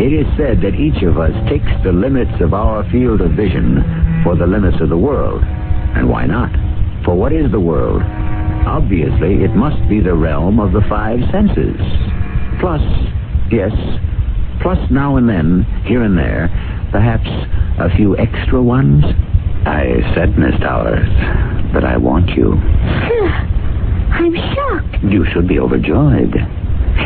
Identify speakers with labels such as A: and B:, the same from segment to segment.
A: E said that each of us takes the limits of our field of vision for the limits of the world. And why not? For what is the world? Obviously, it must be the realm of the five senses. Plus, yes, plus now and then, here and there, perhaps a few extra ones. I said, Miss Towers, that I want you.
B: I'm shocked.
A: You should be overjoyed.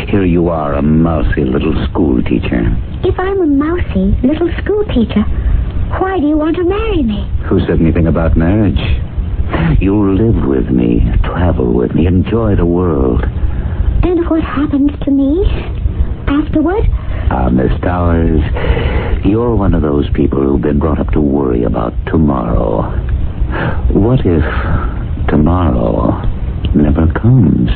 A: Here you are, a mousy little school teacher.
B: If I'm a mousy little school teacher, why do you want to marry me?
A: Who said anything about marriage? You'll live with me, travel with me, enjoy the world.
B: And what happens to me afterward?
A: Ah, Miss Towers, you're one of those people who've been brought up to worry about tomorrow. What if tomorrow never comes?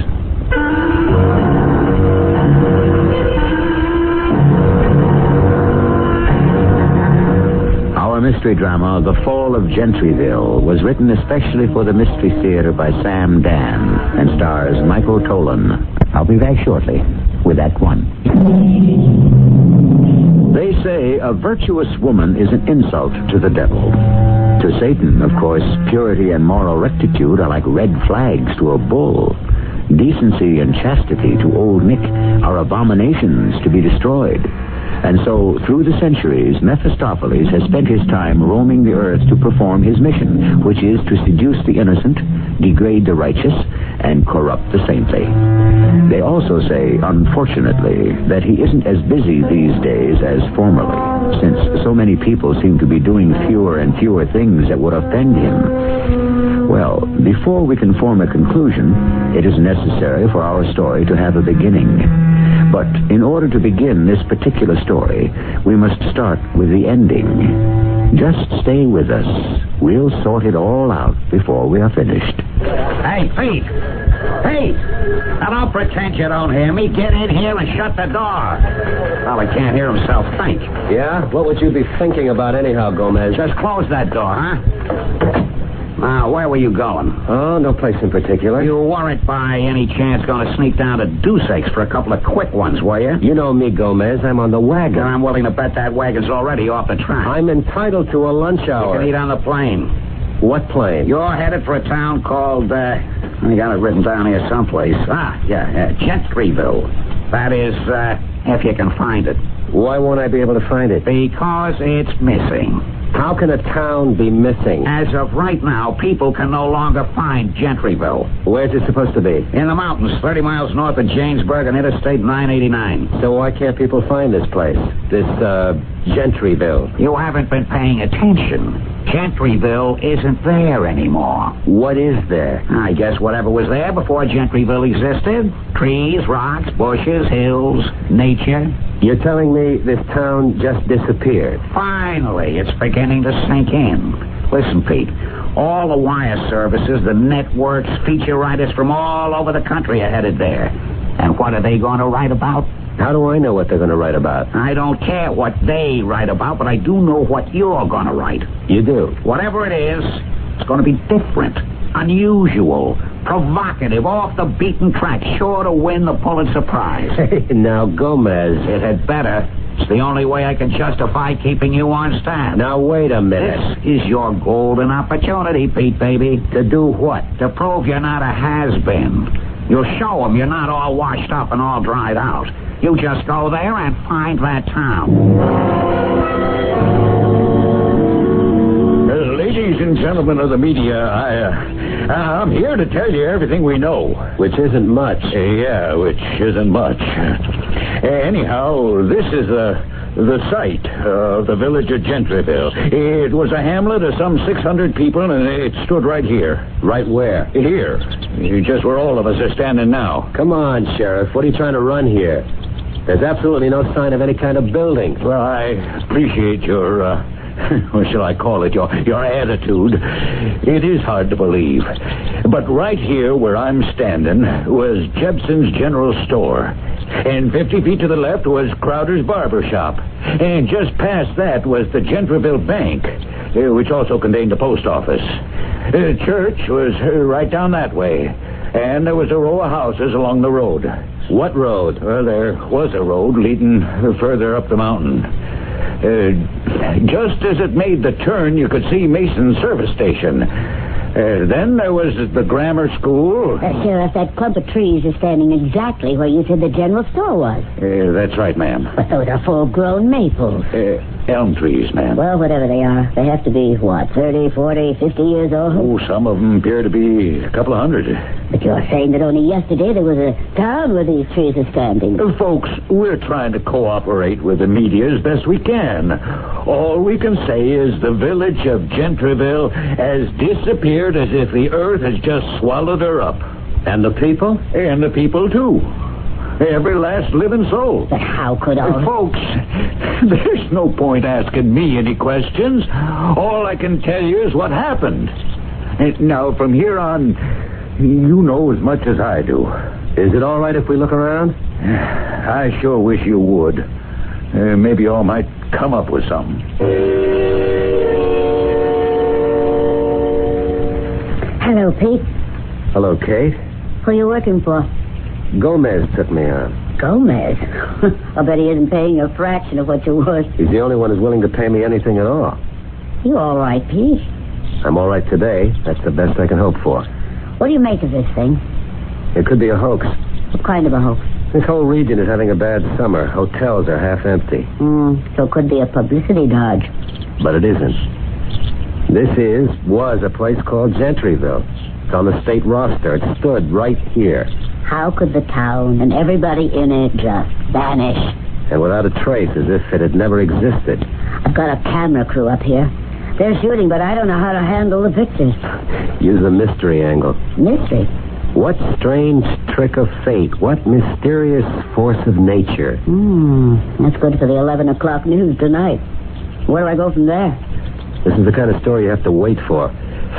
A: Our mystery drama, The Fall of Gentryville, was written especially for the Mystery Theater by Sam Dan and stars Michael Tolan. I'll be back shortly with Act One. They say a virtuous woman is an insult to the devil. To Satan, of course, purity and moral rectitude are like red flags to a bull. Decency and chastity to old Nick are abominations to be destroyed. And so, through the centuries, Mephistopheles has spent his time roaming the earth to perform his mission, which is to seduce the innocent, degrade the righteous, and corrupt the saintly. They also say, unfortunately, that he isn't as busy these days as formerly, since so many people seem to be doing fewer and fewer things that would offend him. Well, before we can form a conclusion, it is necessary for our story to have a beginning. But in order to begin this particular story, we must start with the ending. Just stay with us. We'll sort it all out before we are finished.
C: Hey, Pete! Pete! Now don't pretend you don't hear me. Get in here and shut the door. Well, he can't hear himself think.
D: Yeah? What would you be thinking about anyhow, Gomez?
C: Just close that door, huh? Now, Uh, where were you going?
D: Oh, no place in particular.
C: You weren't by any chance going to sneak down to Deuce Aches for a couple of quick ones, were you?
D: You know me, Gomez. I'm on the wagon.
C: And I'm willing to bet that wagon's already off the track.
D: I'm entitled to a lunch
C: You
D: hour.
C: can eat on the plane.
D: What plane?
C: You're headed for a town called, uh, I got it written down here someplace. Ah, yeah, uh, Gentryville. That is, uh, if you can find it.
D: Why won't I be able to find it?
C: Because it's missing.
D: How can a town be missing?
C: As of right now, people can no longer find Gentryville.
D: Where's it supposed to be?
C: In the mountains, 30 miles north of Jamesburg on Interstate 989.
D: So why can't people find this place? This, uh, Gentryville.
C: You haven't been paying attention. Gentryville isn't there anymore.
D: What is there?
C: I guess whatever was there before Gentryville existed trees, rocks, bushes, hills, nature.
D: You're telling me this town just disappeared?
C: Finally, it's beginning to sink in. Listen, Pete. All the wire services, the networks, feature writers from all over the country are headed there. And what are they going to write about?
D: How do I know what they're going to write about?
C: I don't care what they write about, but I do know what you're going to write.
D: You do.
C: Whatever it is, it's going to be different, unusual, provocative, off the beaten track, sure to win the Pulitzer Prize.
D: Hey, now, Gomez.
C: It had better. It's the only way I can justify keeping you on staff.
D: Now, wait a minute.
C: This is your golden opportunity, Pete, baby.
D: To do what?
C: To prove you're not a has-been. You'll show 'em you're not all washed up and all dried out. You just go there and find that town.
E: Uh, Ladies and gentlemen of the media, I, uh, I'm here to tell you everything we know.
D: Which isn't much.
E: Uh, yeah, which isn't much. Uh, anyhow, this is the the site of the village of Gentryville. It was a hamlet of some 600 people, and it stood right here.
D: Right where?
E: Here. Just where all of us are standing now.
D: Come on, Sheriff. What are you trying to run here? There's absolutely no sign of any kind of building.
E: Well, I appreciate your, uh, what shall I call it, your, your attitude. It is hard to believe. But right here where I'm standing was Jepson's General Store. And 50 feet to the left was Crowder's Barber Shop. And just past that was the Gentryville Bank, uh, which also contained the post office. The church was uh, right down that way. And there was a row of houses along the road.
D: What road?
E: Well, there was a road leading further up the mountain.
A: Uh, just as it made the turn, you could see Mason's service station. Uh, then there was the grammar school.
F: Uh, Sheriff, that clump of trees is standing exactly where you said the general store was.
A: Uh, that's right, ma'am.
F: But those are full grown maples.
A: Uh, elm trees, ma'am.
F: Well, whatever they are, they have to be, what, 30, 40, 50 years old?
A: Oh, some of them appear to be a couple of hundred.
F: But you're saying that only yesterday there was a town where these trees are standing.
A: Uh, folks, we're trying to cooperate with the media as best we can. All we can say is the village of Gentryville has disappeared as if the earth has just swallowed her up.
D: And the people?
A: And the people, too. Every last living soul.
F: But how could
A: Uh,
F: all...
A: Folks, there's no point asking me any questions. All I can tell you is what happened. Uh, Now, from here on, you know as much as I do.
D: Is it all right if we look around?
A: I sure wish you would. Uh, maybe y'all might come up with something.
F: Hello, Pete.
D: Hello, Kate.
F: Who are you working for?
D: Gomez took me on.
F: Gomez. I bet he isn't paying you a fraction of what you're worth.
D: He's the only one who's willing to pay me anything at all.
F: You all right, Pete?
D: I'm all right today. That's the best I can hope for.
F: What do you make of this thing?
D: It could be a hoax.
F: What kind of a hoax?
D: This whole region is having a bad summer. Hotels are half empty.
F: Mm, so it could be a publicity dodge.
D: But it isn't. This is, was a place called Gentryville. It's on the state roster. It stood right here.
F: How could the town and everybody in it just vanish?
D: And without a trace, as if it had never existed.
F: I've got a camera crew up here. They're shooting, but I don't know how to handle the pictures.
D: Use the mystery angle.
F: Mystery.
D: What strange trick of fate? What mysterious force of nature?
F: Hmm. That's good for the 11 o'clock news tonight. Where do I go from there?
D: This is the kind of story you have to wait for.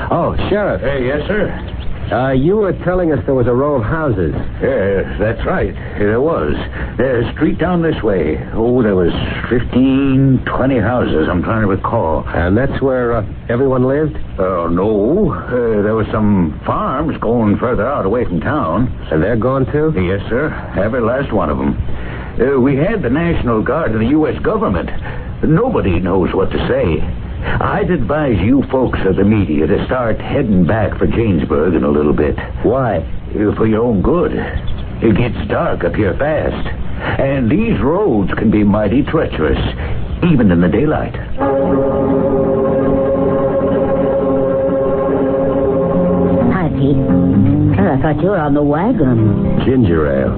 D: Oh, Sheriff,
A: Hey, yes, sir.
D: uh, you were telling us there was a row of houses.
A: Yeah, that's right. There was. There's a street down this way. Oh, there was fifteen, twenty houses, I'm trying to recall.
D: And that's where uh, everyone lived?
A: Uh, no, uh, there were some farms going further out away from town.
D: And they're gone too?
A: Yes, sir. Every last one of them. Uh, we had the National Guard and the U.S. government. Nobody knows what to say. I'd advise you folks of the media to start heading back for Janesburg in a little bit.
D: Why?
A: Uh, For your own good. It gets dark up here fast. And these roads can be mighty treacherous, even in the daylight.
F: Hi, Pete. God, I thought you were on the wagon.
D: Ginger ale.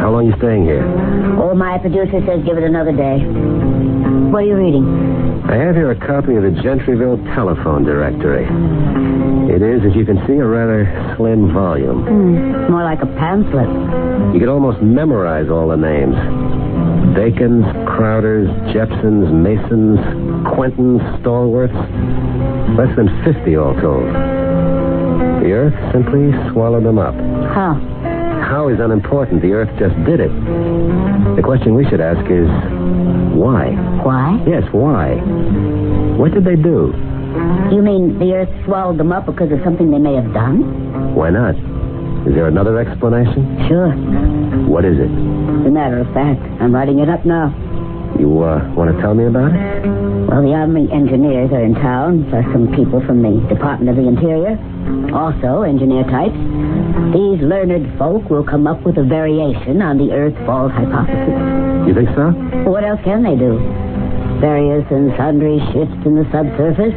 D: How long you staying here?
F: Oh, my producer says give it another day. What are you reading?
D: I have here a copy of the Gentryville telephone directory. It is, as you can see, a rather slim volume.
F: Hmm, more like a pamphlet.
D: You could almost memorize all the names. Dakins, Crowders, Jepsons, Masons, Quentons, Stallworths. Less than 50 all told. The earth simply swallowed them up.
F: Huh.
D: How is unimportant. The earth just did it. The question we should ask is why?
F: Why?
D: Yes, why? What did they do?
F: You mean the earth swallowed them up because of something they may have done?
D: Why not? Is there another explanation?
F: Sure.
D: What is it?
F: As a matter of fact, I'm writing it up now.
D: You uh, want to tell me about it?
F: Well, the Army engineers are in town, plus some people from the Department of the Interior. Also, engineer types. These learned folk will come up with a variation on the Earth fall hypothesis.
D: You think so?
F: What else can they do? Various and sundry shifts in the subsurface.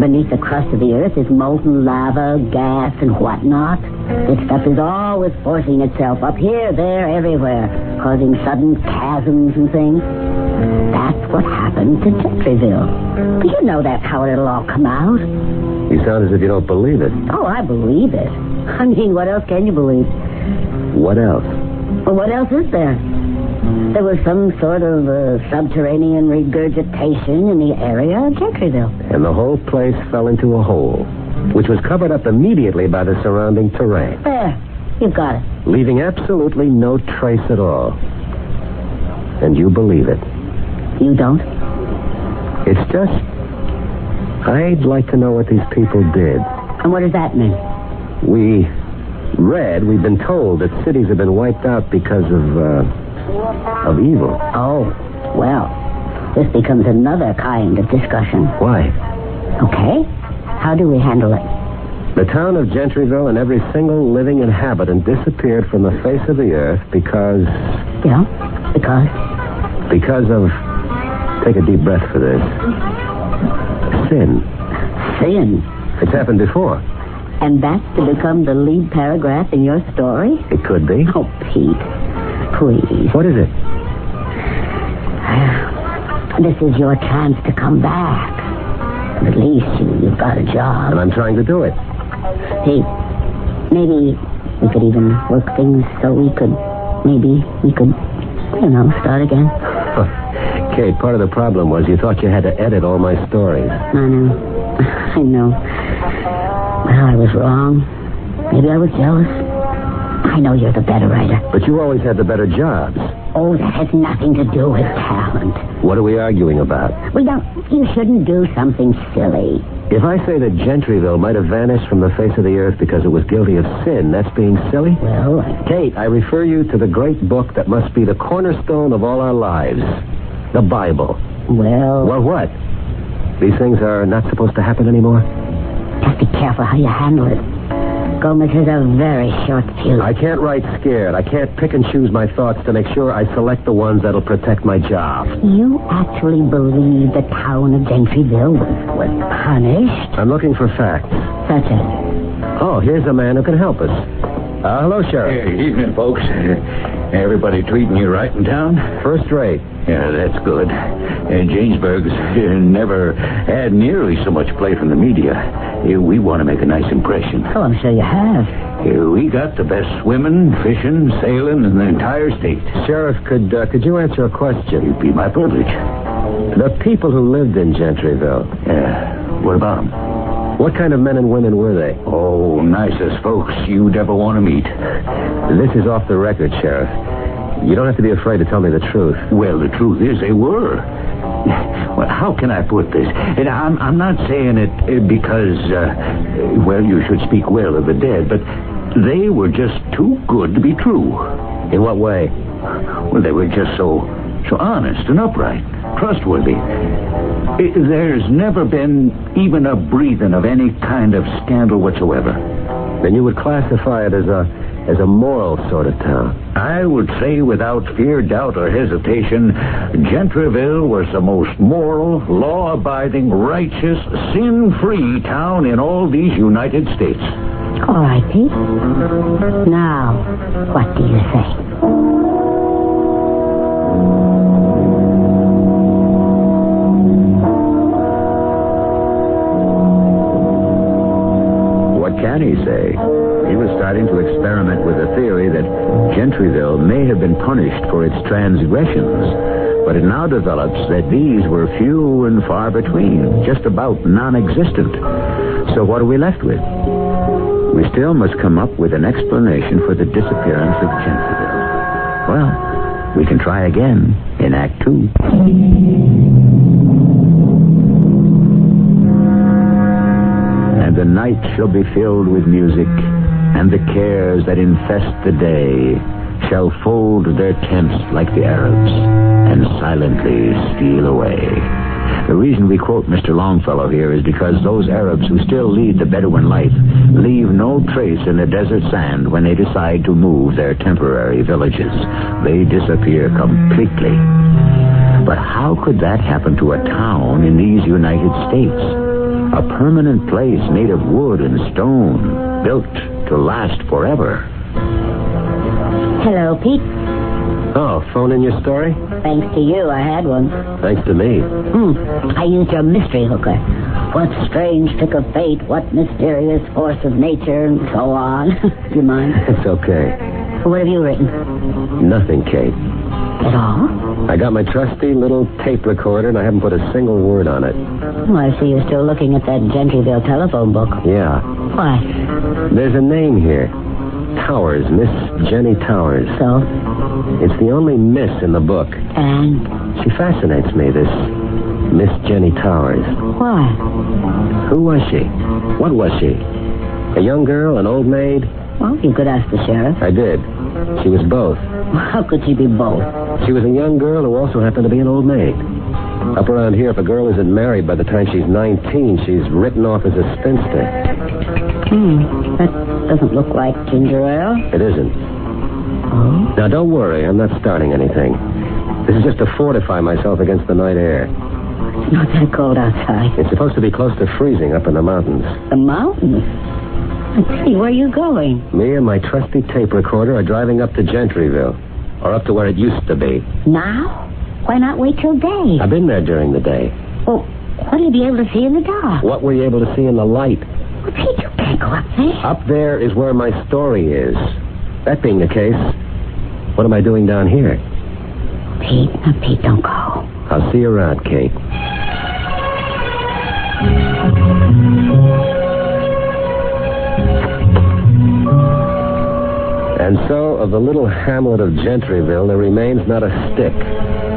F: Beneath the crust of the Earth is molten lava, gas, and whatnot. This stuff is always forcing itself up here, there, everywhere, causing sudden chasms and things. That's what happened to Gentryville. But you know that's how it'll all come out.
D: You sound as if you don't believe it.
F: Oh, I believe it. I mean, what else can you believe?
D: What else?
F: Well, what else is there? There was some sort of uh, subterranean regurgitation in the area of Gentryville.
D: And the whole place fell into a hole, which was covered up immediately by the surrounding terrain,
F: There, you've got it.
D: leaving absolutely no trace at all. And you believe it.
F: You don't?
D: It's just. I'd like to know what these people did.
F: And what does that mean?
D: We read, we've been told that cities have been wiped out because of, uh, of evil.
F: Oh, well, This becomes another kind of discussion.
D: Why?
F: Okay. How do we handle it?
D: The town of Gentryville and every single living inhabitant disappeared from the face of the earth because.
F: Yeah, because
D: because of. Take a deep breath for this. Sin.
F: sin.
D: It's happened before.
F: And that's to become the lead paragraph in your story?
D: It could be.
F: Oh, Pete. Please.
D: What is it?
F: This is your chance to come back. At least you, you've got a job.
D: And I'm trying to do it.
F: Hey, maybe we could even work things so we could, maybe we could, you know, start again.
D: Kate, part of the problem was you thought you had to edit all my stories.
F: I know. I know. Well, I was wrong. Maybe I was jealous. I know you're the better writer.
D: But you always had the better jobs.
F: Oh, that has nothing to do with talent.
D: What are we arguing about?
F: Well, don't, you shouldn't do something silly.
D: If I say that Gentryville might have vanished from the face of the earth because it was guilty of sin, that's being silly?
F: Well, I-
D: Kate, I refer you to the great book that must be the cornerstone of all our lives the Bible.
F: well,
D: Well, what? These things are not supposed to happen anymore?
F: just be careful how you handle it. Gomez has a very short fuse.
D: I can't write scared. I can't pick and choose my thoughts to make sure I select the ones that'll protect my job.
F: You actually believe the town of Gentryville was, was punished?
D: I'm looking for facts.
F: Such as,
D: Oh, here's a man who can help us. Uh, hello, Sheriff.
A: Hey, evening, folks. Everybody treating you right in town?
D: First rate.
A: Yeah, that's good. And Jamesburg's uh, never had nearly so much play from the media. Uh, We want to make a nice impression.
F: oh, I'm sure you have.
A: Uh, We got the best swimming, fishing, sailing in the entire state.
D: Sheriff, could uh, could you answer a question?
A: It'd be my privilege.
D: The people who lived in Gentryville,
A: Yeah. What about 'em?
D: what kind of men and women were they?
A: Oh, nicest folks you'd ever want to meet.
D: This is off the record, Sheriff. You don't have to be afraid to tell me the truth.
A: Well, the truth is they were. Well, how can I put this? And I'm, I'm not saying it uh, because, uh, uh, well, you should speak well of the dead, but they were just too good to be true.
D: In what way?
A: Well, they were just so, so honest and upright, trustworthy. I- there's never been even a breathing of any kind of scandal whatsoever.
D: Then you would classify it as a as a moral sort of town.
A: I would say without fear, doubt, or hesitation, Gentryville was the most moral, law abiding, righteous, sin free town in all these United States.
F: All right, Pete. Now, what do you say?
A: What can he say? He was starting to experiment with the theory that Gentryville may have been punished for its transgressions, but it now develops that these were few and far between, just about non existent. So what are we left with?
G: We still must come up with an explanation for the disappearance of Gentryville. Well, we can try again in Act Two. And the night shall be filled with music, and the cares that infest the day shall fold their tents like the Arabs and silently steal away. The reason we quote Mr. Longfellow here is because those Arabs who still lead the Bedouin life leave no trace in the desert sand when they decide to move their temporary villages. They disappear completely. But how could that happen to a town in these United States? A permanent place made of wood and stone, built to last forever.
F: Hello, Pete.
D: Oh, phone in your story?
F: Thanks to you, I had one.
D: Thanks to me.
F: Hmm. I used your mystery hooker. What strange trick of fate, what mysterious force of nature, and so on. do you mind?
D: It's okay.
F: What have you written?
D: Nothing, Kate.
F: At all?
D: I got my trusty little tape recorder and I haven't put a single word on it.
F: Oh, I see you're still looking at that Gentryville telephone book.
D: Yeah.
F: Why?
D: There's a name here. Towers, Miss Jenny Towers.
F: So,
D: It's the only miss in the book.
F: and
D: She fascinates me, this Miss Jenny Towers.
F: why?
D: Who was she? What was she? A young girl, an old maid?
F: Well, you could ask the sheriff.
D: I did. She was both.
F: How could she be both?
D: She was a young girl who also happened to be an old maid.
A: Up around here, if a girl isn't married by the time she's 19, she's written off as a spinster.
B: Hmm. That doesn't look like ginger ale.
A: It isn't. Now, don't worry. I'm not starting anything. This is just to fortify myself against the night air.
B: It's not that cold outside.
A: It's supposed to be close to freezing up in the mountains.
B: The mountains. Let's see, where are you going?
A: Me and my trusty tape recorder are driving up to Gentryville, or up to where it used to be.
B: Now? Why not wait till day?
A: I've been there during the day.
B: Well, what'll you be able to see in the dark?
A: What were you able to see in the light?
B: Well, gee, you can't go up there.
A: Up there is where my story is. That being the case, what am I doing down here?
B: Pete, now, Pete, don't go.
A: I'll see you around, Kate. And so, of the little hamlet of Gentryville, there remains not a stick,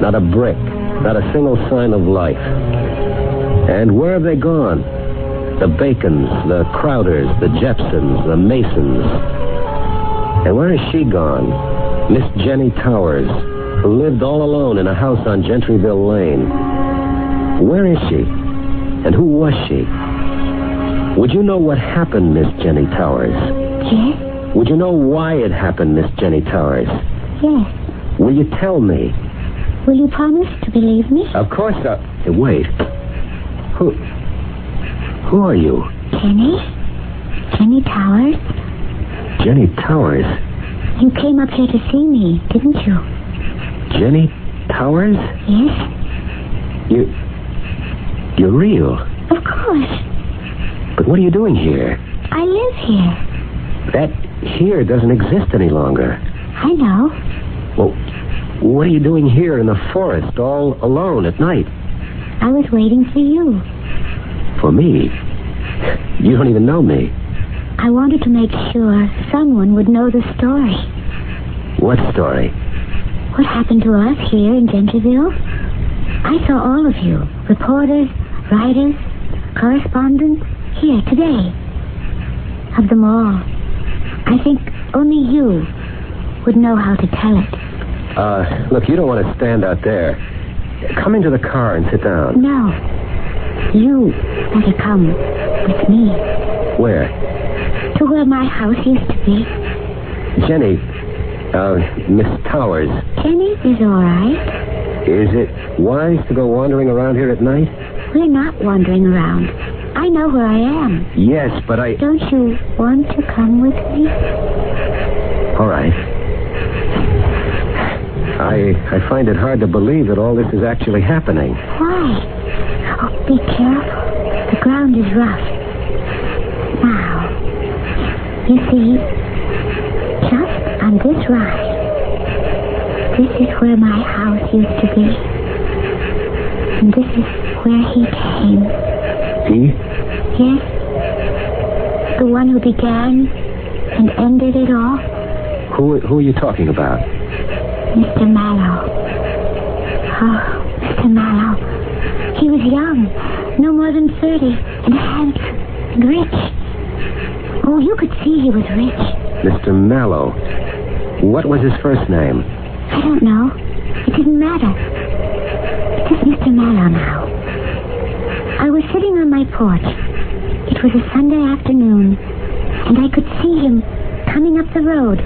A: not a brick, not a single sign of life. And where have they gone? The Bacons, the Crowders, the Jepsons, the Masons. And where is she gone? Miss Jenny Towers, who lived all alone in a house on Gentryville Lane. Where is she? And who was she? Would you know what happened, Miss Jenny Towers?
B: Yes,
A: Would you know why it happened, Miss Jenny Towers?
B: yes.
A: Will you tell me?
B: Will you promise to believe me?
A: Of course I... Hey, Wait. Who... Who are you?
B: Jenny? Jenny Towers?
A: Jenny Towers?
B: You came up here to see me, didn't you?
A: Jenny Towers?
B: Yes,
A: You... You're real.
B: of course.
A: But what are you doing here?
B: I live here.
A: That here doesn't exist any longer.
B: I know.
A: Well, what are you doing here in the forest all alone at night?
B: I was waiting for you.
A: For me? You don't even know me.
B: I wanted to make sure someone would know the story.
A: What story?
B: What happened to us here in Gentryville? I saw all of you reporters, writers, correspondents here today. Of them all, I think only you would know how to tell it.
A: Uh, look, you don't want to stand out there. Come into the car and sit down.
B: No. You better come with me
A: Where?
B: to where my house used to be.
A: Jenny. Uh, Miss Towers.
B: Jenny is all right.
A: Is it wise to go wandering around here at night?
B: We're not wandering around. I know where I am.
A: Yes, but I.
B: Don't you want to come with me?
A: All right. I I find it hard to believe that all this is actually happening.
B: Why? Oh, be careful. The ground is rough. Now, you see, just on this rise, this is where my house used to be. And this is where he came.
A: See?
B: Yes? The one who began and ended it all,
A: Who who are you talking about?
B: Mr. Mallow. Oh, Mr. Mallow. He was young, no more than 30, and handsome, and rich. Oh, you could see he was rich.
A: Mr. Mallow. What was his first name?
B: I don't know. It didn't matter. It's just Mr. Mallow now. I was sitting on my porch. It was a Sunday afternoon, and I could see him coming up the road.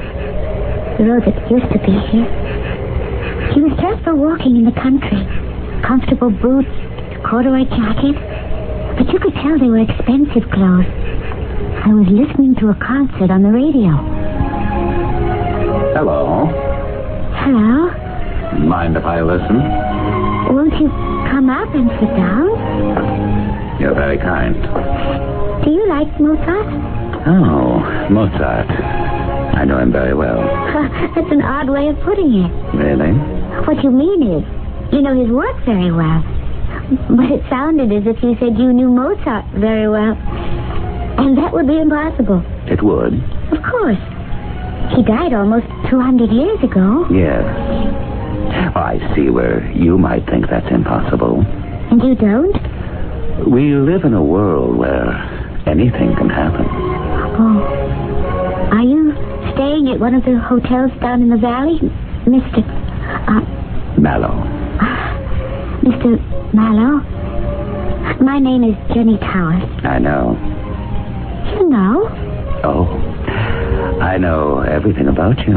B: The road that used to be here. He was dressed for walking in the country. Comfortable boots, corduroy jacket. But you could tell they were expensive clothes. I was listening to a concert on the radio.
H: Hello.
B: Hello?
H: Mind if I listen?
B: Won't you come up and sit down?
H: You're very kind.
B: Do you like Mozart?
H: Oh, Mozart. I know him very well.
B: That's an odd way of putting it.
H: Really?
B: What you mean is, you know his work very well. But it sounded as if you said you knew Mozart very well. And that would be impossible.
H: It would.
B: Of course. He died almost 200 years ago.
H: Yes. I see where you might think that's impossible.
B: And you don't?
H: We live in a world where anything can happen.
B: Oh. Are you staying at one of the hotels down in the valley, Mr. Uh,
H: Mallow.
B: Mr. Marlowe, my name is Jenny Towers.
A: I know.
B: You know.
A: Oh, I know everything about you.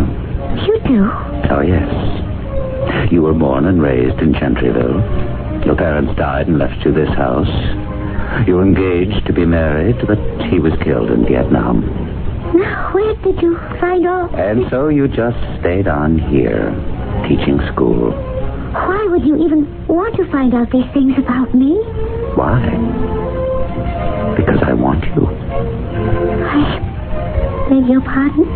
B: You do.
A: Oh, yes. You were born and raised in Gentryville. Your parents died and left you this house. You were engaged to be married, but he was killed in Vietnam.
B: Now, where did you find all...
A: And so you just stayed on here, teaching school.
B: Why would you even want to find out these things about me?
A: Why? Because I want you.
B: I beg your pardon?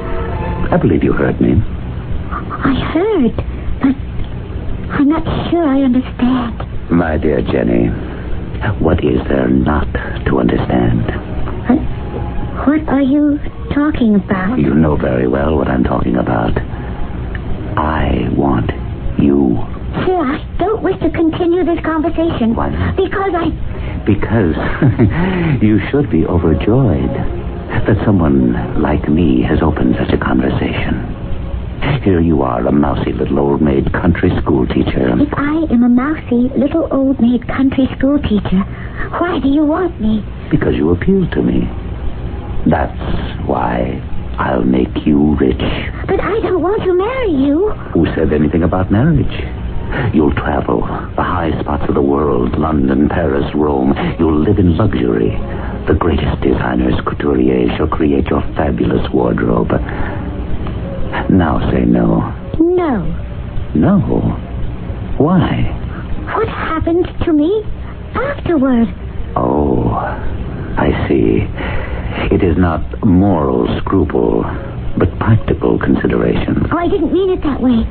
A: I believe you heard me.
B: I heard, but I'm not sure I understand.
A: My dear Jenny, what is there not to understand?
B: What, Uh, what are you talking about?
A: You know very well what I'm talking about. I want you
B: Sir, I don't wish to continue this conversation.
A: Why not?
B: Because I...
A: because you should be overjoyed that someone like me has opened such a conversation. Here you are, a mousy little old maid country school teacher.
B: If I am a mousy little old maid country school teacher, why do you want me?
A: Because you appeal to me. That's why I'll make you rich.
B: But I don't want to marry you.
A: Who says anything about marriage? You'll travel the high spots of the world London, Paris, Rome. You'll live in luxury. The greatest designers, couturiers, shall create your fabulous wardrobe. Now say no.
B: No.
A: No. Why?
B: What happened to me afterward?
A: Oh, I see. It is not moral scruple, but practical consideration.
B: Oh, I didn't mean it that way.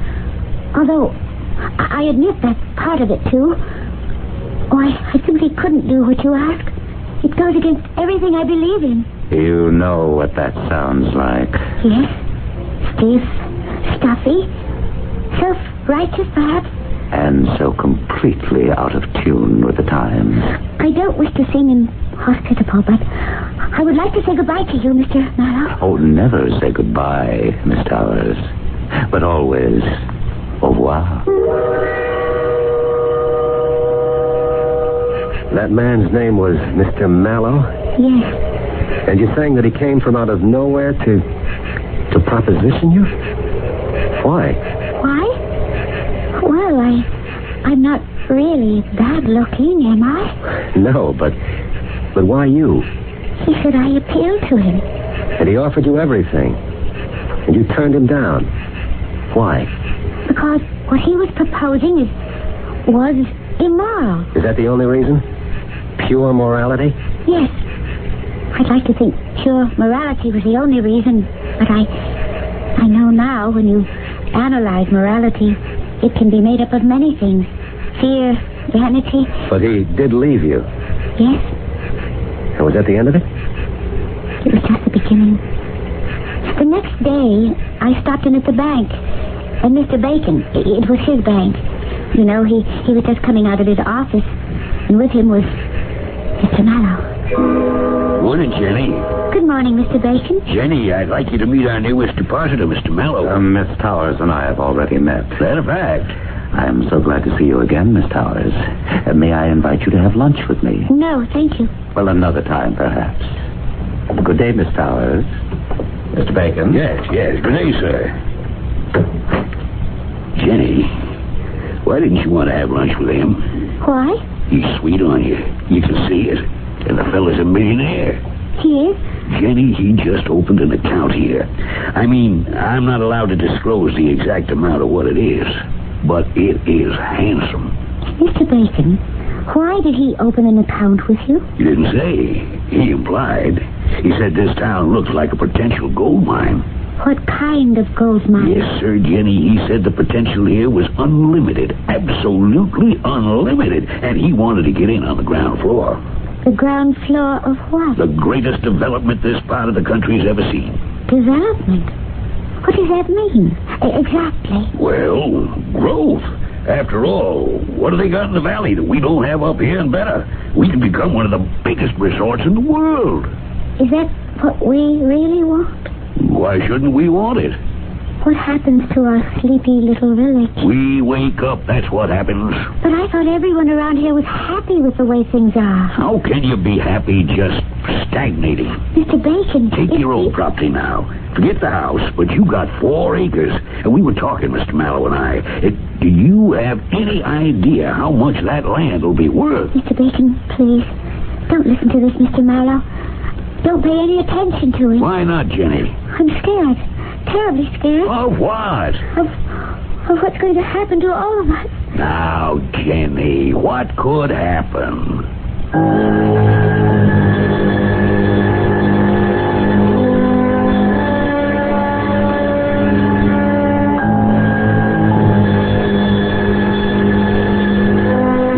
B: Although, I I admit that's part of it, too. Oh, I, I simply couldn't do what you asked. It goes against everything I believe in.
A: You know what that sounds like.
B: Yes? Stiff, stuffy, self righteous, perhaps.
A: And so completely out of tune with the times.
B: I don't wish to seem inhospitable, but I would like to say goodbye to you, Mr. Marlowe.
A: Oh, never say goodbye, Miss Towers. But always, au revoir.
D: That man's name was Mr. Mallow,
B: Yes.
D: and you're saying that he came from out of nowhere to to proposition you? Why?
B: Why? Well, I, I'm not really bad looking, am I?
D: No, but but why you?
B: He said I appeal to him.
D: And he offered you everything, and you turned him down. Why?
B: Because what he was proposing is was immoral.
D: Is that the only reason? Pure morality?
B: Yes. I'd like to think pure morality was the only reason, but I I know now when you analyze morality, it can be made up of many things. Fear, vanity.
D: But he did leave you.
B: Yes,
D: And was that the end of it?
B: it was just the beginning. The next day, I stopped in at the bank. And Mr. Bacon, i- it was his bank. You know, he, he was just coming out of his office. And with him was Mr. Mallow.
I: Morning, Jenny.
B: Good morning, Mr. Bacon.
I: Jenny, I'd like you to meet our newest depositor, Mr. Mallow.
A: Uh, Miss Towers and I have already met. That a fact. I am so glad to see you again, Miss Towers. Uh, may I invite you to have lunch with me?
B: No, thank you.
A: Well, another time, perhaps. Good day, Miss Towers. Mr. Bacon?
I: yes, yes. Good day, sir. Jenny, why didn't you want to have lunch with him?
B: Why?
I: He's sweet on you. You can see it. And the fella's a millionaire.
B: He is?
I: Jenny, he just opened an account here. I mean, I'm not allowed to disclose the exact amount of what it is, but it is handsome.
B: Mr. Bacon, why did he open an account with you?
I: He didn't say. He implied. He said this town looks like a potential gold mine.
B: What kind of gold mine?
I: Yes, sir, Jenny. He said the potential here was unlimited, absolutely unlimited, and he wanted to get in on the ground floor.
B: The ground floor of what?
I: The greatest development this part of the country's ever seen.
B: Development. What does that mean? E- exactly.
I: Well, growth. After all, what do they got in the valley that we don't have up here and better? We can become one of the biggest resorts in the world.
B: Is that what we really want?
I: Why shouldn't we want it?
B: What happens to our sleepy little village?
A: We wake up, that's what happens.
B: But I thought everyone around here was happy with the way things are.
A: How can you be happy just stagnating?
B: Mr. Bacon.
A: Take
B: if
A: your
B: we-
A: own property now. Forget the house, but you got four acres. And we were talking, Mr. Mallow and I. It- do you have any idea how much that land will be worth?
B: Mr. Bacon, please. Don't listen to this, Mr. Marlowe. Don't pay any attention to it.
A: Why not, Jenny?
B: I'm scared. Terribly scared.
A: Of what?
B: Of, of what's going to happen to all of us.
A: Now, Jenny, what could happen?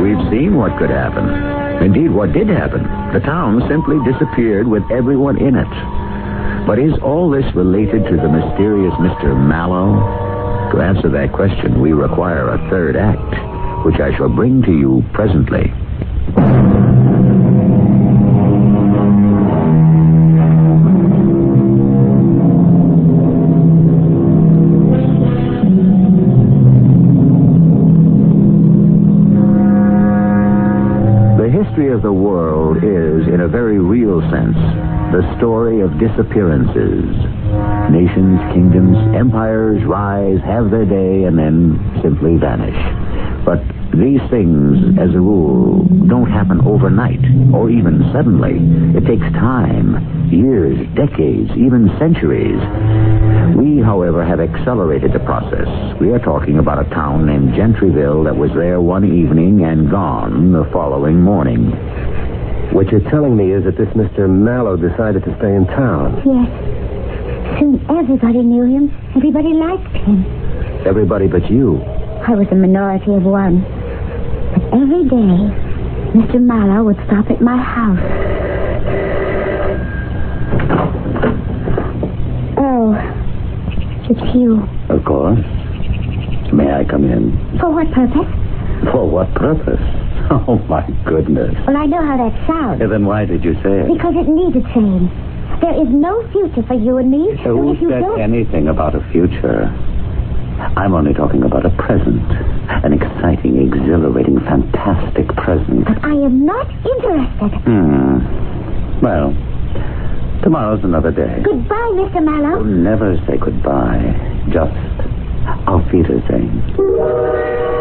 G: We've seen what could happen. Indeed, what did happen. The town simply disappeared with everyone in it. But is all this related to the mysterious Mr. Mallow? To answer that question, we require a third act, which I shall bring to you presently. The history of the world is, in a very real sense, the story of disappearances. Nations, kingdoms, empires rise, have their day, and then simply vanish. But these things, as a rule, don't happen overnight or even suddenly. It takes time, years, decades, even centuries. We, however, have accelerated the process. We are talking about a town named Gentryville that was there one evening and gone the following morning.
D: What you're telling me is that this Mr. Mallow decided to stay in town.
B: Yes. Soon everybody knew him. Everybody liked him.
D: Everybody but you.
B: I was a minority of one. But every day, Mr. Mallow would stop at my house. Oh, it's you.
G: Of course. May I come in?
B: For what purpose?
G: For what purpose? Oh, my goodness.
B: Well, I know how that sounds.
G: Then why did you say
B: Because it needed saying. There is no future for you and me. So
G: Who
B: if you
G: said
B: don't...
G: anything about a future? I'm only talking about a present. An exciting, exhilarating, fantastic present.
B: But I am not interested.
G: Hmm. Well, tomorrow's another day.
B: Goodbye, Mr. Mallow.
G: Never say goodbye. Just auf Wiedersehen.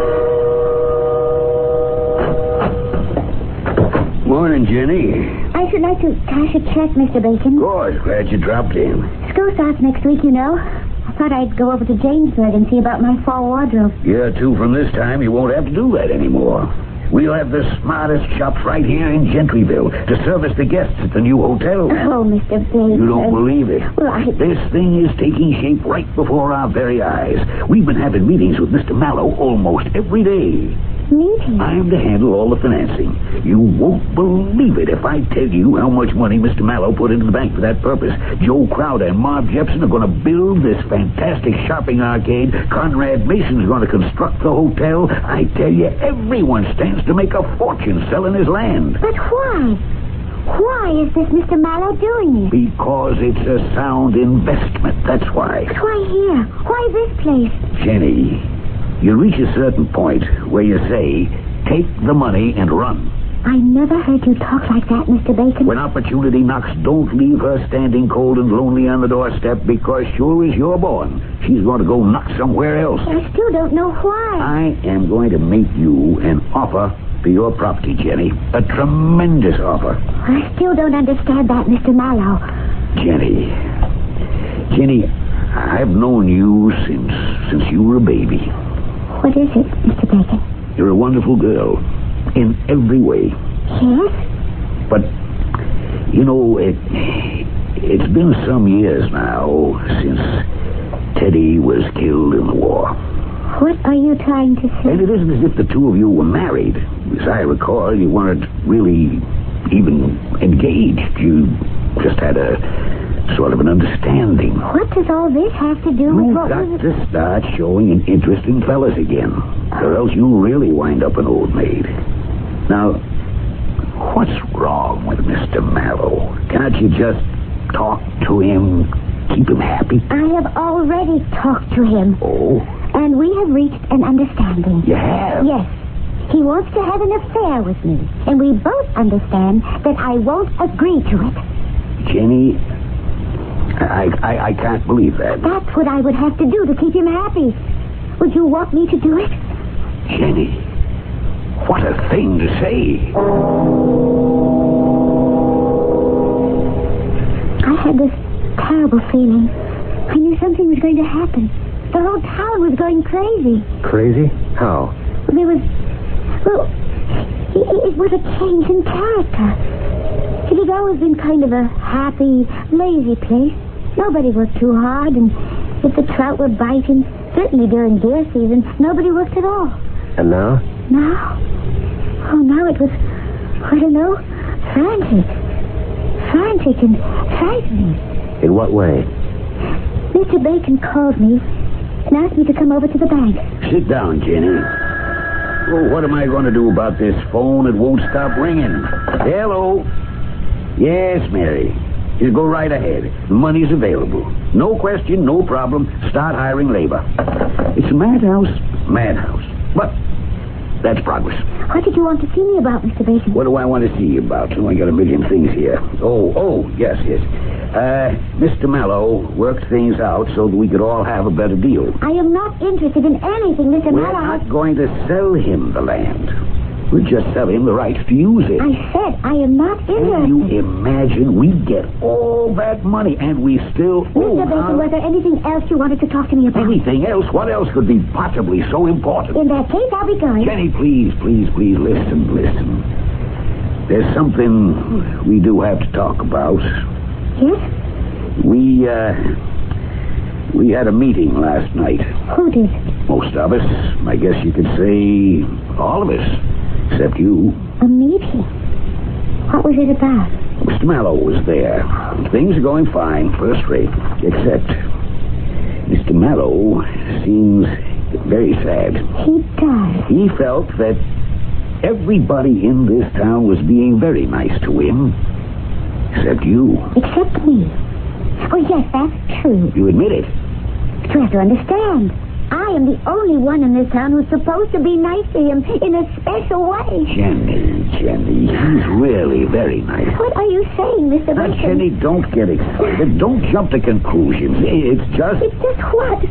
A: Morning, Jenny.
B: I should like to cash a check, Mr. Bacon.
A: Of course, glad you dropped in.
B: School starts next week, you know. I thought I'd go over to Jamesburg and see about my fall wardrobe.
A: Yeah, too, from this time, you won't have to do that anymore. We'll have the smartest shops right here in Gentryville to service the guests at the new hotel.
B: Oh, Mr. Bacon.
A: You don't believe it.
B: Well, I...
A: This thing is taking shape right before our very eyes. We've been having meetings with Mr. Mallow almost every day.
B: Meeting.
A: I'm to handle all the financing. You won't believe it if I tell you how much money Mr. Mallow put into the bank for that purpose. Joe Crowder and Marv Jepson are going to build this fantastic shopping arcade. Conrad Mason's going to construct the hotel. I tell you, everyone stands to make a fortune selling his land.
B: But why? Why is this Mr. Mallow doing it?
A: Because it's a sound investment, that's why.
B: But Why here? Why this place?
A: Jenny, you reach a certain point where you say, take the money and run.
B: I never heard you talk like that, Mr. Bacon.
A: When opportunity knocks, don't leave her standing cold and lonely on the doorstep because sure as you're born, she's going to go knock somewhere else.
B: I still don't know why.
A: I am going to make you an offer for your property, Jenny. A tremendous offer.
B: I still don't understand that, Mr. Mallow.
A: Jenny. Jenny, I've known you since since you were a baby.
B: What is it, Mr. Bacon?
A: You're a wonderful girl in every way.
B: Yes?
A: But, you know, it, it's been some years now since Teddy was killed in the war.
B: What are you trying to
A: And
B: say?
A: it isn't as if the two of you were married. As I recall, you weren't really even engaged. You just had a sort of an understanding.
B: What does all this have to do with
A: You've
B: what
A: got
B: was...
A: to start showing an interest in fellas again, or else you'll really wind up an old maid. Now, what's wrong with Mr. Mallow? Can't you just talk to him, Keep him happy.
B: I have already talked to him,
A: Oh,
B: and we have reached an understanding.
A: you have?
B: Yes. He wants to have an affair with me, and we both understand that I won't agree to it.
A: Jenny, I, I, I can't believe that.
B: That's what I would have to do to keep him happy. Would you want me to do it?
A: Jenny, what a thing to say.
B: I had this terrible feeling. I knew something was going to happen. The whole town was going crazy.
J: Crazy? How?
B: There was. Well, it, it was a change in character. It had always been kind of a happy, lazy place. Nobody worked too hard, and if the trout were biting, certainly during deer season, nobody worked at all.
J: And now?
B: Now? Oh, now it was, I don't know, frantic. Frantic and frightening.
J: In what way?
B: Mr. Bacon called me and asked me to come over to the bank.
A: Sit down, Jenny. Well, what am I going to do about this phone? It won't stop ringing. Hello. Yes, Mary. You go right ahead. Money's available. No question, no problem. Start hiring labor. It's madhouse, madhouse. But that's progress.
B: What did you want to see me about, Mr. Bacon?
A: What do I want to see you about? Oh, I got a million things here. Oh, oh, yes, yes. Uh, Mr. Mallow worked things out so that we could all have a better deal.
B: I am not interested in anything, Mr.
A: We're
B: Mallow.
A: not going to sell him the land. We'll just sell him the rights to use it.
B: I said I am not
A: Can
B: interested.
A: you imagine we get all that money and we still owe
B: Mr. Bacon,
A: our-
B: was there anything else you wanted to talk to me about?
A: anything else? What else could be possibly so important?
B: In that case, I'll be going.
A: Jenny, please, please, please listen, listen. There's something we do have to talk about.
B: Yes?
A: We uh we had a meeting last night.
B: Who did?
A: Most of us, I guess you could say all of us, except you.
B: A meeting. What was it about?
A: Mr. Mallow was there. Things are going fine, first rate. Except Mr. Mallow seems very sad.
B: He died.
A: He felt that everybody in this town was being very nice to him. Except you.
B: Except me. Oh, yes, that's true.
A: You admit it.
B: But you have to understand. I am the only one in this town who's supposed to be nice to him in a special way.
A: Jenny, Jenny, he's really very nice.
B: What are you saying, Mr.
A: Now,
B: Bacon?
A: Jenny, don't get excited. Don't jump to conclusions. It's just,
B: It's just what?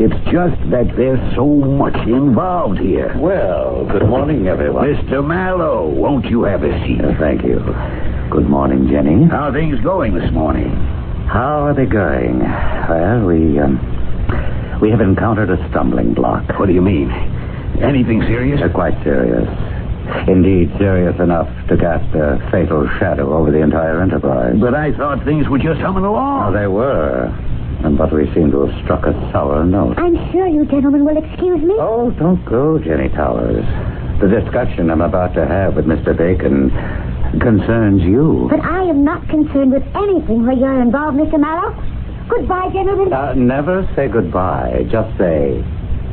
A: it's just that there's so much involved here.
D: Well, good morning, everyone. Uh,
A: Mr. Mallow, won't you have a seat?
D: Thank you. Good morning, Jenny.
A: How are things going this morning?
D: How are they going? Well, we um, we have encountered a stumbling block.
A: What do you mean? Anything serious?
D: They're quite serious. Indeed, serious enough to cast a fatal shadow over the entire enterprise.
A: But I thought things were just humming
D: Now,
A: along.
D: they were, and but we seem to have struck a sour note.
B: I'm sure you gentlemen will excuse me.
D: Oh, don't go, Jenny Towers. The discussion I'm about to have with Mr. Bacon concerns you.
B: But I am not concerned with anything where you're involved, Mr. Mallow. Goodbye, gentlemen.
D: Uh, never say goodbye. Just say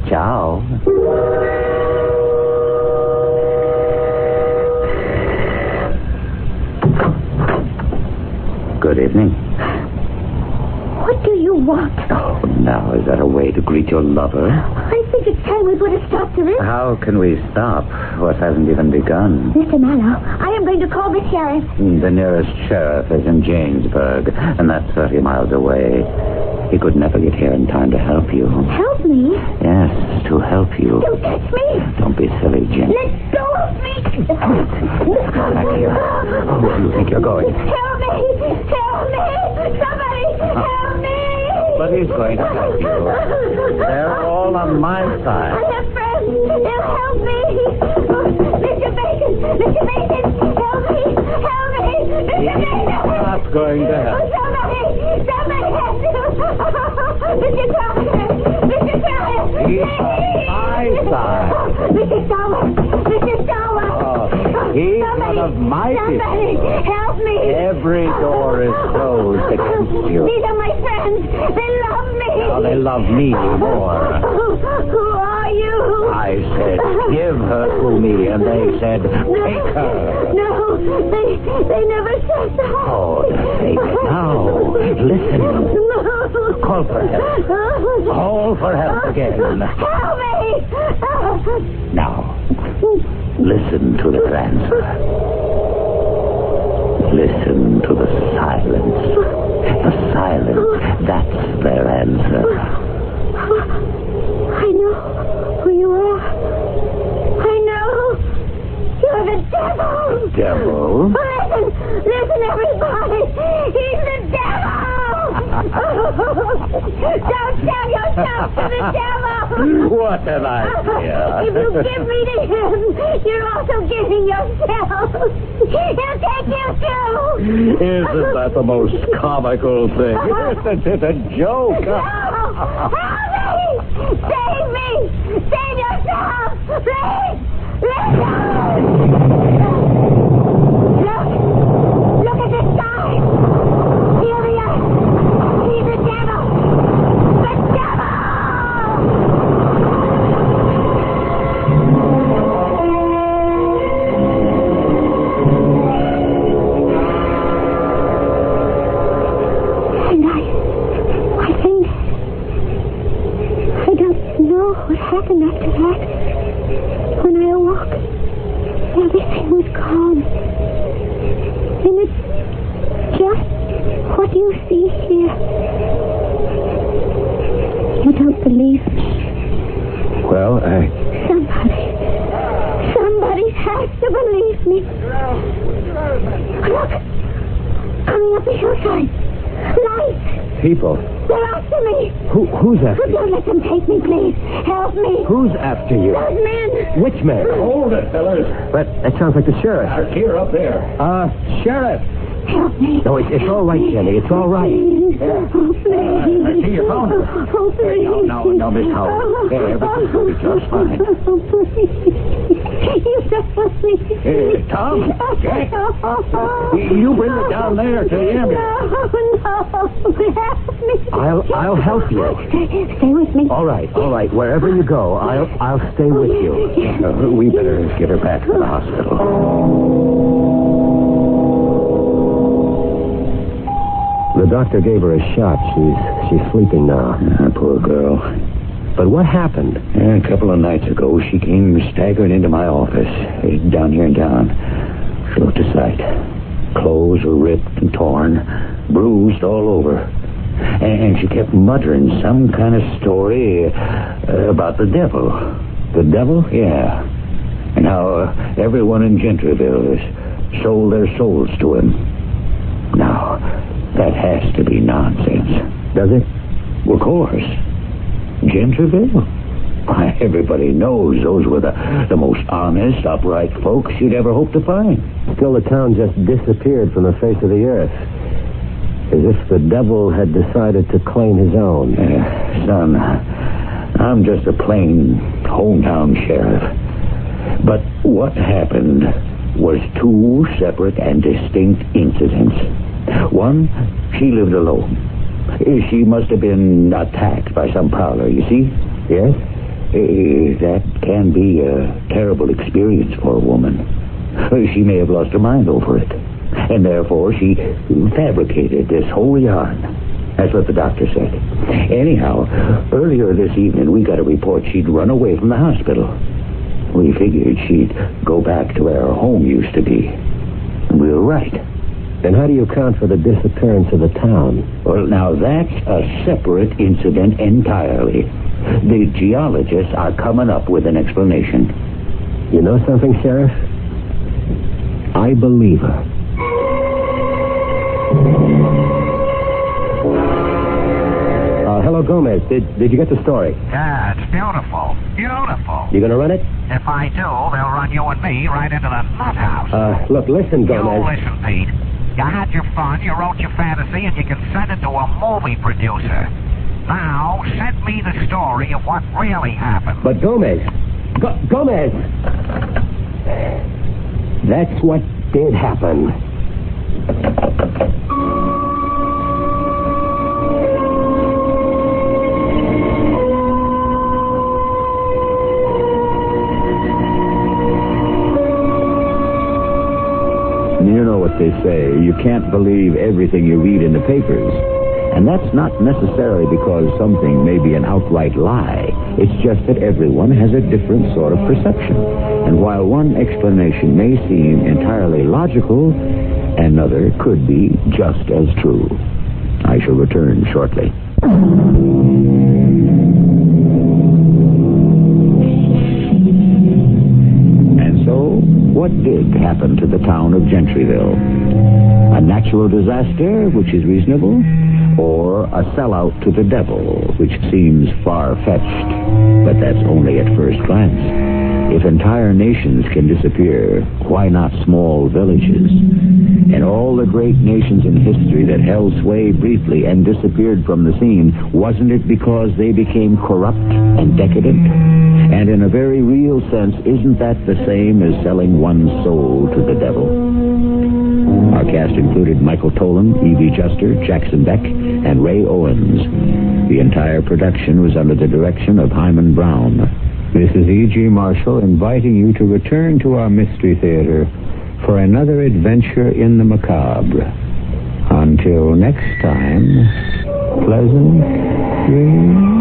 D: ciao. Good evening.
B: What do you want?
D: Oh, now is that a way to greet your lover?
B: I think it's time we put a stop to this.
D: How can we stop what hasn't even begun?
B: Mr. Mallow, I am going to call the sheriff.
D: The nearest sheriff is in Jamesburg, and that's 30 miles away. He could never get here in time to help you.
B: Help me.
D: Yes, to help you.
B: Don't touch me.
D: Don't be silly, Jenny.
B: Let go of me.
D: Back here. Where do you think you're going?
B: Help me! Help me! Somebody help me!
D: Nobody's going to help you. They're all on my
B: I
D: side.
B: have friends. They'll help me. Mr. Bacon! Mr. Bacon! Help me! Help me! Mr. Bacon!
D: We're not going to help.
B: Somebody! Somebody help me! Mr. Thomas! Mr. Thomas!
D: He's on my side.
B: Mr. Thomas! Mr. Thomas!
D: Oh, he's
B: Somebody!
D: one of my people.
B: Somebody! Help me!
D: Every door is closed against you.
B: These are my friends. They love me.
D: Now they love me more.
B: Who are are you?
D: I said, give her to me, and they said, take her.
B: No, they, they never said that.
D: Oh, they did. No. Listen.
B: No.
D: Call for help. Call for help again.
B: Help me.
D: Now, listen to the answer. Listen to the silence. The silence. That's their answer.
B: I know who you are. I know. You're the devil.
D: Devil?
B: Listen, listen, everybody. He's the devil. Don't sell yourself to the devil.
D: What an idea.
B: If you give me to him, you're also giving yourself. He'll take you too.
D: Isn't that the most comical thing? It's, it's a joke.
B: No! Help me! Save me! Save yourself! Please! Let go! Look! Look at the sky! Hear the earth! He's the devil! The devil! And I... I think... I don't know what happened after that. When I awoke, everything was calm. And it's just what you see here. You don't believe me.
K: Well, I.
D: uh,
B: Somebody. Somebody has to believe me. Look! Coming up the hillside. Lights!
K: People.
B: They're after me!
K: Who, who's after you?
B: Don't let them take me, please. Help me.
K: Who's after you?
B: Those men.
K: Which man?
D: Hold it, fellas.
K: But that sounds like the sheriff.
D: Our gear up there.
K: Uh, sheriff.
B: Help me.
K: No, it's, it's all right, Jenny. It's all right.
B: Please. Oh, please.
D: I see your phone.
B: Oh, please.
D: No, no, no, Miss Howell. Hey, everything's gonna be just fine.
B: Oh, please. You don't believe
D: Hey,
B: me.
D: Tom, Jack,
B: Oh.
D: you bring it down there to the ambulance.
B: No, no. Help me.
K: I'll I'll help you.
B: Stay, stay with me.
K: All right, all right. Wherever you go, I'll I'll stay with you.
D: Uh, we better get her back to the hospital.
K: The doctor gave her a shot. She's she's sleeping now.
D: Ah, poor girl.
K: But what happened?
D: Yeah, a couple of nights ago, she came staggering into my office uh, down here in town. She looked a sight. Clothes were ripped and torn, bruised all over. And, and she kept muttering some kind of story uh, about the devil. The devil? Yeah. And how uh, everyone in Gentryville has sold their souls to him. Now, that has to be nonsense.
K: Does it?
D: Of course. Gentryville? Why, everybody knows those were the, the most honest, upright folks you'd ever hope to find.
K: Still, the town just disappeared from the face of the earth, as if the devil had decided to claim his own.
D: Uh, son, I'm just a plain hometown sheriff. But what happened was two separate and distinct incidents. One, she lived alone. Uh, She must have been attacked by some prowler, you see?
K: Yes?
D: Eh, that can be a terrible experience for a woman. Eh, She may have lost her mind over it. And therefore, she fabricated this whole yarn. That's what the doctor said. Anyhow, earlier this evening, we got a report she'd run away from the hospital. We figured she'd go back to where her home used to be. And we were right.
K: Then how do you account for the disappearance of the town?
D: Well, now that's a separate incident entirely. The geologists are coming up with an explanation.
K: You know something, Sheriff? I believe her. Uh, hello, Gomez. Did, did you get the story?
A: Yeah, Ah, it's beautiful. Beautiful.
K: You gonna run it?
A: If I do, they'll run you and me right into the nut house.
K: Uh, look, listen,
A: you
K: Gomez.
A: listen, Pete. You had your fun, you wrote your fantasy, and you can send it to a movie producer. Now, send me the story of what really happened.
K: But Gomez, Go- Gomez. That's what did happen.
D: they say, you can't believe everything you read in the papers. And that's not necessarily because something may be an outright lie. It's just that everyone has a different sort of perception. And while one explanation may seem entirely logical, another could be just as true. I shall return shortly. And so, what did happen to the town of Gentryville? A natural disaster, which is reasonable, or a sellout to the devil, which seems far fetched, but that's only at first glance. If entire nations can disappear, why not small villages? And all the great nations in history that held sway briefly and disappeared from the scene, wasn't it because they became corrupt and decadent? And in a very real sense, isn't that the same as selling one's soul to the devil? Our cast included Michael Tolan, Evie Juster, Jackson Beck, and Ray Owens. The entire production was under the direction of Hyman Brown. E
L: This is E.G. Marshall inviting you to return to our Mystery Theater for another adventure in the macabre. Until next time, pleasant dreams.